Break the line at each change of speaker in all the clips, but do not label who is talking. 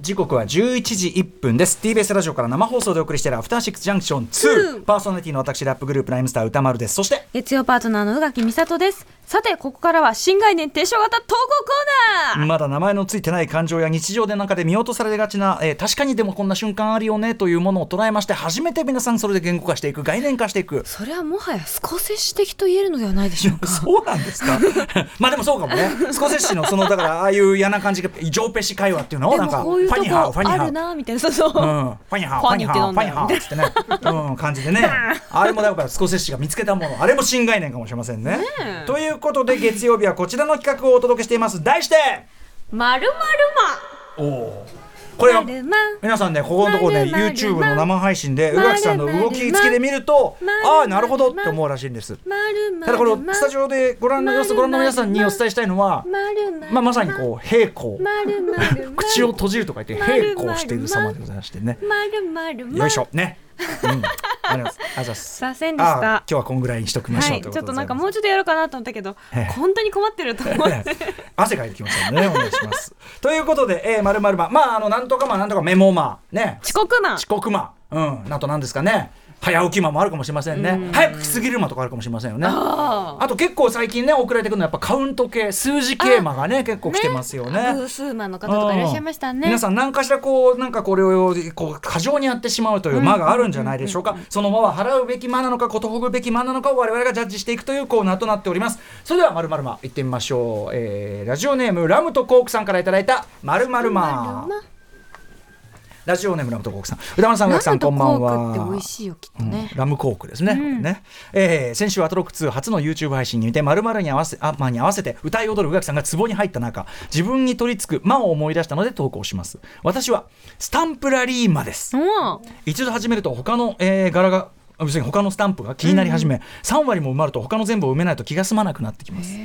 時刻は11時1分です TBS ラジオから生放送でお送りしているアフターシックスジャンクション2、
うん
パーソナリティの私ラップグループライムスター歌丸ですそして
月曜パートナーの宇垣美里ですさてここからは新概念提唱型投稿コーナー
まだ名前のついてない感情や日常で中で見落とされがちな、えー確かにでもこんな瞬間あるよねというものを捉えまして初めて皆さんそれで言語化していく概念化してい く
それはもはやスコセッシ的と言えるのではないでしょう か
そうなんですか まあでもそうかもねスコセッシのそのだからああいう嫌な感じが上ペシ会話っていうのを
で
なん
も
か
こういうと
ファニーハーフ
こ
ァニー
あ
ハー
るなみたいなそうそう、
うんファニーハーファニーハーファニーハーっつってね、うん、感じで ねあれもだからスコセッシが見つけたものあれも新概念かもしれませんね。ということで月曜日はこちらの企画をお届けしています題して
まる
おおこれ
ま
は
るまるま
皆さんねここのところね
まるまる
YouTube の生配信で宇垣さんの動き付きで見ると
まるまる
ああなるほどって思うらしいんです。
まるまる
ただこのスタジオでご覧の様子ご覧の皆さんにお伝えしたいのは、
まるまる
まあ、まさにこう平行
まるまる
口を閉じるとか言って平行している様でございましてね。
まるまるまる
よいしょね。うん、ありがとうございます。ありがとうござい ます。
させんでし
あ
た
今日はこんぐらいにしときましょう、
はい、
と
ち
い
ょ
うこ
っ
とでご
と
ざ
ないんか
ます
もうちょっとやろうかなと思ったけど
ええ、
本当に困ってると 思って。
汗かいてきましたね。お願いします。ということで、えー、まるまるま、まあ、あの、なんとかま、なんとかメモま、ね。
遅刻マン
遅刻ま、うん、あとなんですかね。早起きまもあるかもしれませんね。早く来すぎるまとかあるかもしれませんよね。
あ
あと結構最近ね、遅れてくるのはやっぱカウント系、数字系まがね、結構来てますよね。
ブースーマンの方とかいらっしゃいましたね。
皆さん何かしらこうなんかこれをこう過剰にやってしまうという間があるんじゃないでしょうかその間は払うべき間なのかことほぐべき間なのかを我々がジャッジしていくというコーナーとなっておりますそれでは「まるまるま」いってみましょう、えーラジオネームラムとコークさんからいただいた「まるまるま」ラジオネームラムとコークさん歌丸さん宇垣さ
ラ
ん
ム
こんばん
とコ
は
ークって美味しいよきっとね。
ラムコークですね,、ねえー先週アトロック2初の YouTube 配信にて〇〇に合わせあ、まあ、に合わせて歌い踊る宇垣さんが壺に入った中自分に取り付く魔を思い出したので投稿します私はスタンプラリーマです
うん
一度始めると他の、えー柄があ要するに他のスタンプが気になり始め、3割も埋まると他の全部を埋めないと気が済まなくなってきます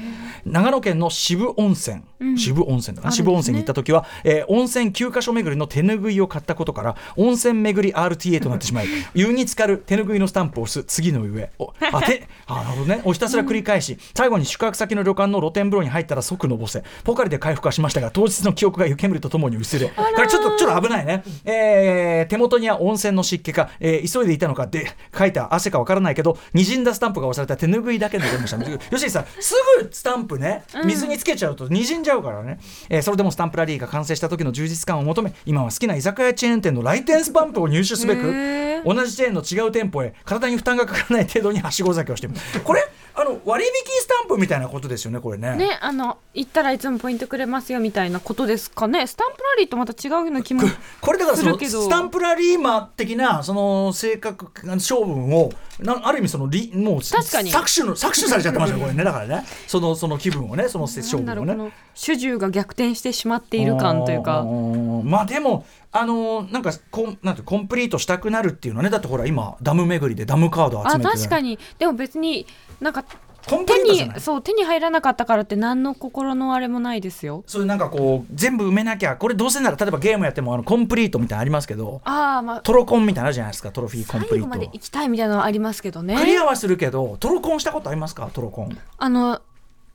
長野県の渋温泉、渋温泉だな、
あるんですね
渋温泉に行った時は、えー温泉9カ所巡りの手拭いを買ったことから温泉巡り RTA となってしま い湯に浸かる手拭いのスタンプを押す次の上おあてあなるほどねおひたすら繰り返し、最後に宿泊先の旅館の露天風呂に入ったら即のぼせポカリで回復はしましたが当日の記憶が湯煙とともに薄れだからちょっとちょっと危ないね、えー手元には温泉の湿気か、えー急いでいたのかで書いた汗かわからないけどにじんだスタンプが押された手拭いだけで出ました吉井さんすぐスタンプね水につけちゃうとにじんじゃうからね、えーそれでもスタンプラリーが完成した時の充実感を求め今は好きな居酒屋チェーン店の来店スタンプを入手すべ
へ
く
ー
同じチェーンの違う店舗へ体に負担がかからない程度にはしご酒をしてみるこれあの割引スタンプみたいなことですよねこれね
ね、あの行ったらいつもポイントくれますよみたいなことですかね。スタンプラリーとまた違うような気も。
これだからその
するけど
スタンプラリーマ的なその性格性分をなある意味そのりもう
確かに
搾取の搾取されちゃってますよこれ ねだからねそのその気分をねその性性
なんだ
分
ろ
を
う
ね
こ。の主従が逆転してしまっている感という
あ
か。
ーまあでもあのーなんかコンなんてコンプリートしたくなるっていうのはねだってほら今ダム巡りでダムカード集
あ、
めてる
確かに。でも別になんか
コンプリー
手
トじゃ
に
ない
そう手に入らなかったからって何の心のあれもないですよ。
そういうなんかこう全部埋めなきゃこれどうせなら例えばゲームやってもあのコンプリートみたいなのありますけど
ああ、まあ
トロコンみたいなのあるじゃないですかトロフィーコンプ
最
リ
後まで
ー
行
ト
きたいみたいなのはありますけどね。
クリアはするけどトロコンしたことありますかトロ コン
あの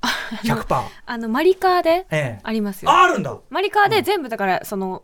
100%
あのマリカーで
ええ
ありますよ。
ああるんだ、
マリカーで全部だからその、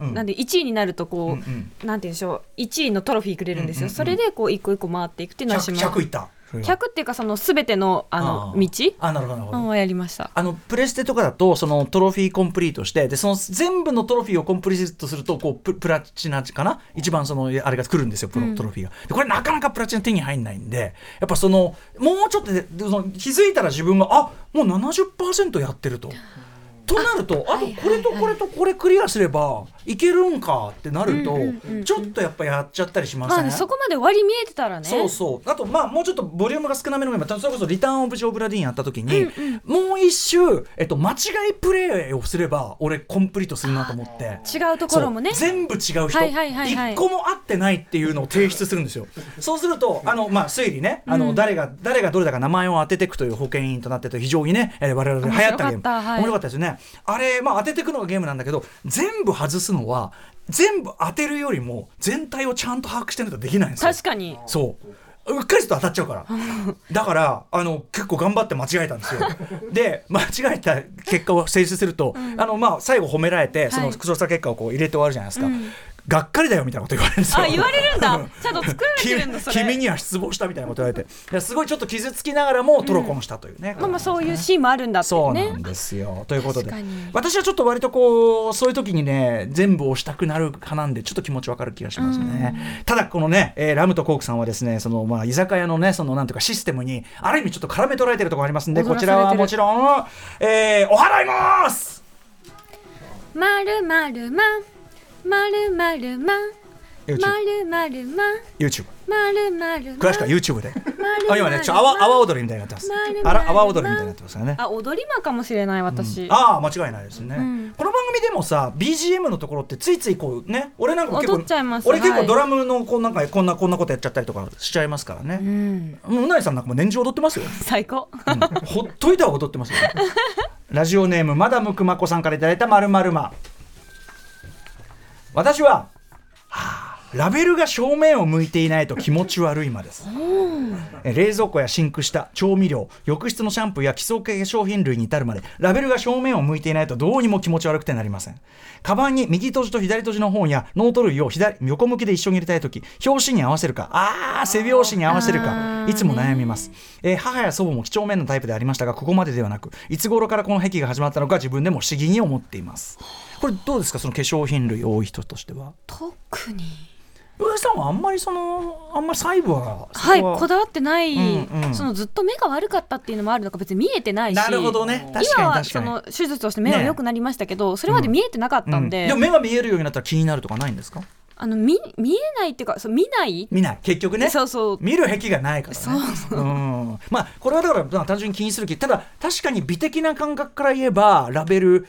うん
なんで1位になるとこう、
うんうん
なんて言うんでしょう1位のトロフィーくれるんです
うんう
よ、
んうん
それでこう一個一個回っていくっていうのはし
100,
ます
100いったそれは
100っていうかその全てのあの
ー
道
あなるほどなるほど、
うんはやりました
あのプレステとかだとそのトロフィーコンプリートしてでその全部のトロフィーをコンプリートするとこうププラチナかな一番そのあれが来るんですよプロトロフィーが、でこれなかなかプラチナ手に入んないんでやっぱそのもうちょっとででその気づいたら自分があもう70%やってると。となるとあとこれとこれとこれクリアすればいけるんかってなると
うんうんうんうん
ちょっとやっぱやっちゃったりしま
ま
せ
あ
ん、
ねそこまで終わり見えてたらね
そうそうあとまあもうちょっとボリュームが少なめのメンバーそれこそ「リターン・オブ・ジョブ・ラディーン」やった時に、もう一周、えっと、間違いプレイをすれば俺コンプリートするなと思って。
違うところもね
そう全部違う人、
はいはいはいはい
一個も合ってないっていうのを提出するんですよそうするとあの、まあ、推理ねあの、誰が誰がどれだか名前を当てていくという保険員となってて非常にね、えー、我々流行ったゲーム
面白かったはい
面白かったですよねあれ、まあ、当てていくのがゲームなんだけど全部外すのは全部当てるよりも全体をちゃんと把握してないとできないんですよ
確かに
そううっかりすると当たっちゃうからだからあの結構頑張って間違えたんですよで間違えた結果を提出すると、あのまあ、最後褒められてそ
は
の
い
調査結果をこう入れて終わるじゃないですか、
うん
がっかりだよみたいなこと言われるんですよ
あ言われるんだ
うん
ちゃんと作られてるんだそれ
君君には失望したみたいなこと言われていやすごいちょっと傷つきながらもトロコンしたというね、
まあまあそういうシーンもあるんだって
そう
ね
なんですよ。ということで
確かに
私はちょっと割とこうそういう時にね全部押したくなる派なんでちょっと気持ちわかる気がしますね。ただこのね、えーラムとコークさんはですねそのまあ居酒屋のねそのなんていうかシステムにある意味ちょっと絡め取られてるところありますんで
踊
こ
らさ
ち
れてる
らはもちろん、えーお払います
まるまるままるまるま
YouTube
まるまるま
YouTube
まるまる
詳しくは YouTube で。あ今ねちょっと阿波阿波踊りみたいになってます。あら阿波踊りみたいになってますからね。
あ踊り魔かもしれない私、
ああ間違いないですね、
ん
この番組でもさ BGM のところってついついこうね俺なんかも結構
踊っちゃいます
俺結
は
構
い
ドラムのこうなんかこんなこんなことやっちゃったりとかしちゃいますから
う
ね、
ん、
もううなりさんなんかも年中踊ってますよ、
最高
うんほっといたは踊ってますよ、ね、ラジオネームマダムくまこさんからいただいたまるまるま私ははあラベルが正面を向いていないと気持ち悪いまですえ冷蔵庫やシンク下調味料浴室のシャンプーや基礎化粧品類に至るまでラベルが正面を向いていないとどうにも気持ち悪くてなりませんカバンに右閉じと左閉じの本やノート類を左横向きで一緒に入れたい時表紙に合わせるかあー背表紙に合わせるかいつも悩みます、えー母や祖母も几帳面なタイプでありましたがここまでではなくいつ頃からこの癖が始まったのか自分でも不思議に思っていますこれどうですかその化粧品類多い人としては
特に
上田さんはあんまりそのあんまり細部はそこ
はいこだわってない、
うんうん
そのずっと目が悪かったっていうのもあるのか別に見えてないし
なるほどね確か
今
に
は
確
そ
かに
の手術をして目は良くなりましたけど、それまで見えてなかったんで,、
も目が見えるようになったら気になるとかないんですか
あの見見えないっていうかそう見ない、
見ない結局ね
そうそう
見る癖がないからね
そう
うん、まあこれはだからまあ単純に気にする気ただ確かに美的な感覚から言えばラベル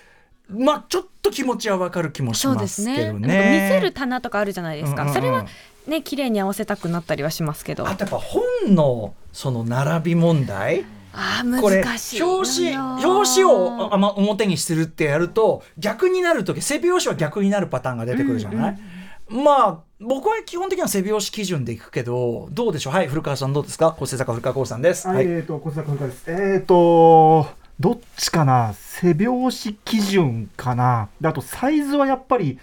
まあちょっと気持ちはわかる気もし
そう
ま
です
すけ
ね
どね
なんか見せる棚とかあるじゃないですか、
うんうんうん
それはね綺麗に合わせたくなったりはしますけど
あ
あ
とやっぱ本のその並び問題
あ
これ
難しい
表紙表紙をあま表にするってやると逆になる時背表紙は逆になるパターンが出てくるじゃない、まあ僕は基本的には背表紙基準でいくけどどうでしょうはい古川さんどうですか構成作家古川光さんです、
はい、えっ、と、小坂文化です。えっ、と、どっちかな、背拍子基準かな、であとサイズはやっぱり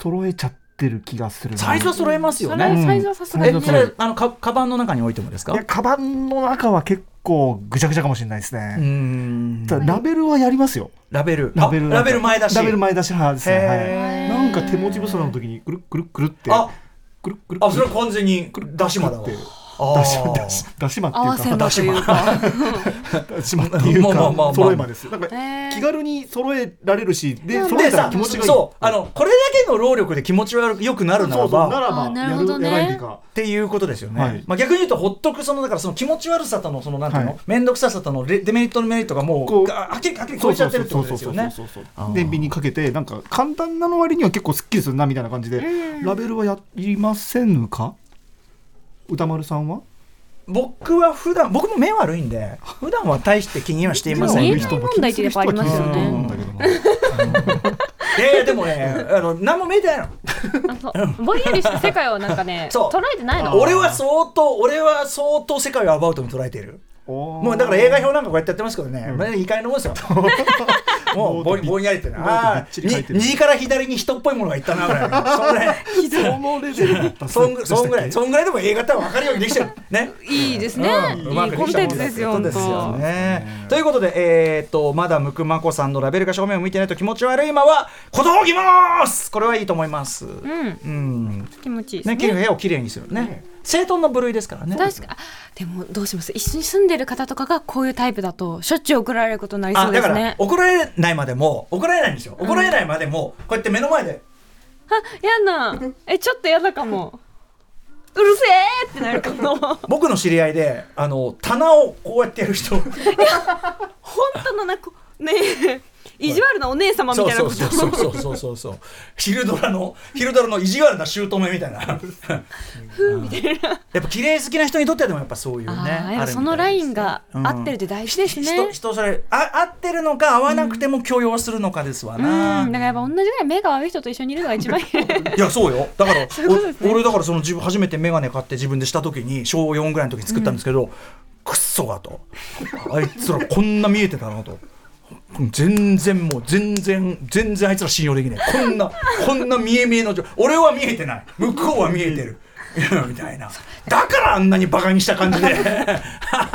揃えちゃってる気がするな。
サイズは揃えますよ
そ
ね
れ
うん
サイズはさすが
サイ
に
ズ
え
は
それ
揃える
あのかカバンの中に置いてもです
い
か
や、カバンの中は結構ぐちゃぐちゃかもしれないです
うー
ね。
ん
ただラベルはやりますよ。
ラベル
ラベル
あ
な
ラ
んか
ベル前出し
ラベル前出し派ですね。は
へー
い。なんか手持ち無沙汰の時にくるっくるっくるって。
あ
くるっくるっくる。
あそれは完全に出し間だわ
出し
あー
出し出しまって
合わ
い
せ
うか
まというか
出しまっていう
まあまあまあまあ
か揃えまですなんか
へー
気軽に揃えられるしで揃
で
えた
さ
ら気持ちがいい
そうあのこれだけの労力で気持ち悪くよくなるならば
そうそうなら
あ
ば
なる
や
ほ
る
どね
やらないというか
っていうことですよね、
はい
まあ、逆に言うとほっとくそのだからその気持ち悪さとのそのなんていう
は
の
い
面倒、くささとのレデメリットのメリットがも
こ
う
う
がはっきりはっきり超えちゃってるってことですよね
そうそうそうそう
あ
そう
ー
天秤にかけてなんか簡単なの割には結構すっきりするなみたいな感じでラベルはやりませんか歌丸さんは
僕は普段僕も目悪いんで普段は大して気にはしていません
見え
よ
ない問題ってやっぱありますよね
いやいやでも ねあの何も見えてないの
あそうぼんやりした世界をなんかね
そう
捉えてないの
俺は相当俺は相当世界をアバウトに捉えているも
も
うだから映画表なんかこうやってやってますけどね、まあ、いい加減なもんですよ もうぼんぼんやりって
ノート
な
び
あ
っちり書い
ー
てる
に右から左に人っぽいものがいったなぐらいのそのぐらい
そのレベルだった
そんぐそんぐらい、
でしたっ
そんぐらいでも映画って分かるようにできてる。ね。
いいですね、
うんうま
いい
く
コ
で
ン
きたもん
テンツ
だ
ですよ
ということ
本当
ですよね。ということで、えーっと、まだむくまこさんのラベルが正面を向いてないと気持ち悪い今は、小道着ますこれはいいと思います。
うん
うん。
気持ちいいです
ね、
ね
きれい部屋をきれいにするね。整頓の部類ですからね。
確かあでもどうします一緒に住んでる方とかがこういうタイプだとしょっちゅう怒られることになりそ
あ
うで
だか
す
ら
ね
怒られないまでも怒られないんですよ怒られないまでもこうやって目の前で
あやな えちょっとやだかもうるせえってなるかも本
僕の知り合いであの棚をこうやってやる人
当のなこねえ意地悪なお姉様みたいな
そ
こ
う
と
そうそうそうそうそうそう昼ドラの昼ドラの意地悪な姑みたいなやっぱ綺麗好きな人にとってはでもやっぱそういうね
あーやっ
ある
ぱ
みたいです
そのラインが合ってるって大事ですね、
人人それあ合ってるのか合わなくても許容するのかですわな、
うん、だからやっぱ同じぐらい目が悪い人と一緒にいるのが一 番いい。
いやそうよだから
そういうことですね
お俺だからその自分初めて眼鏡買って自分でした時に小4ぐらいの時に作ったんですけど、くっそがとあいつらこんな見えてたなと。全然もう全然全然あいつら信用できないこんなこんな見え見えの状俺は見えてない向こうは見えてる みたいなだからあんなにバカにした感じで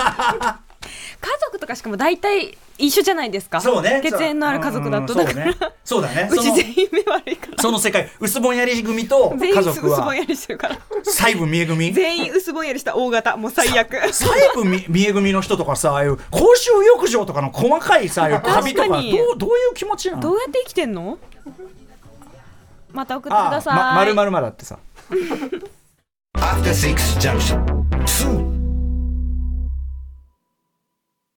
家族とかしかも大体一緒じゃないですか。
そうね
血縁のある家族だと。
うん
だ
そう
から、
ねそうだね
う
そ
ち
の
全員目悪いから。
その世界薄ぼんやり組と
全員
家
薄
族は
ぼんやりしてるから。
細部見え組
全員薄ぼんやりした大型、もう最悪。
細部み 見え組の人とかさああいう公衆浴場とかの細かいさああいうカビとか
確かに
どうどういう気持ちなの
どうやって生きてんのまた送ってく
あ
だ
あ
さい。
ままるまるまだってさ
After Six Junction. Two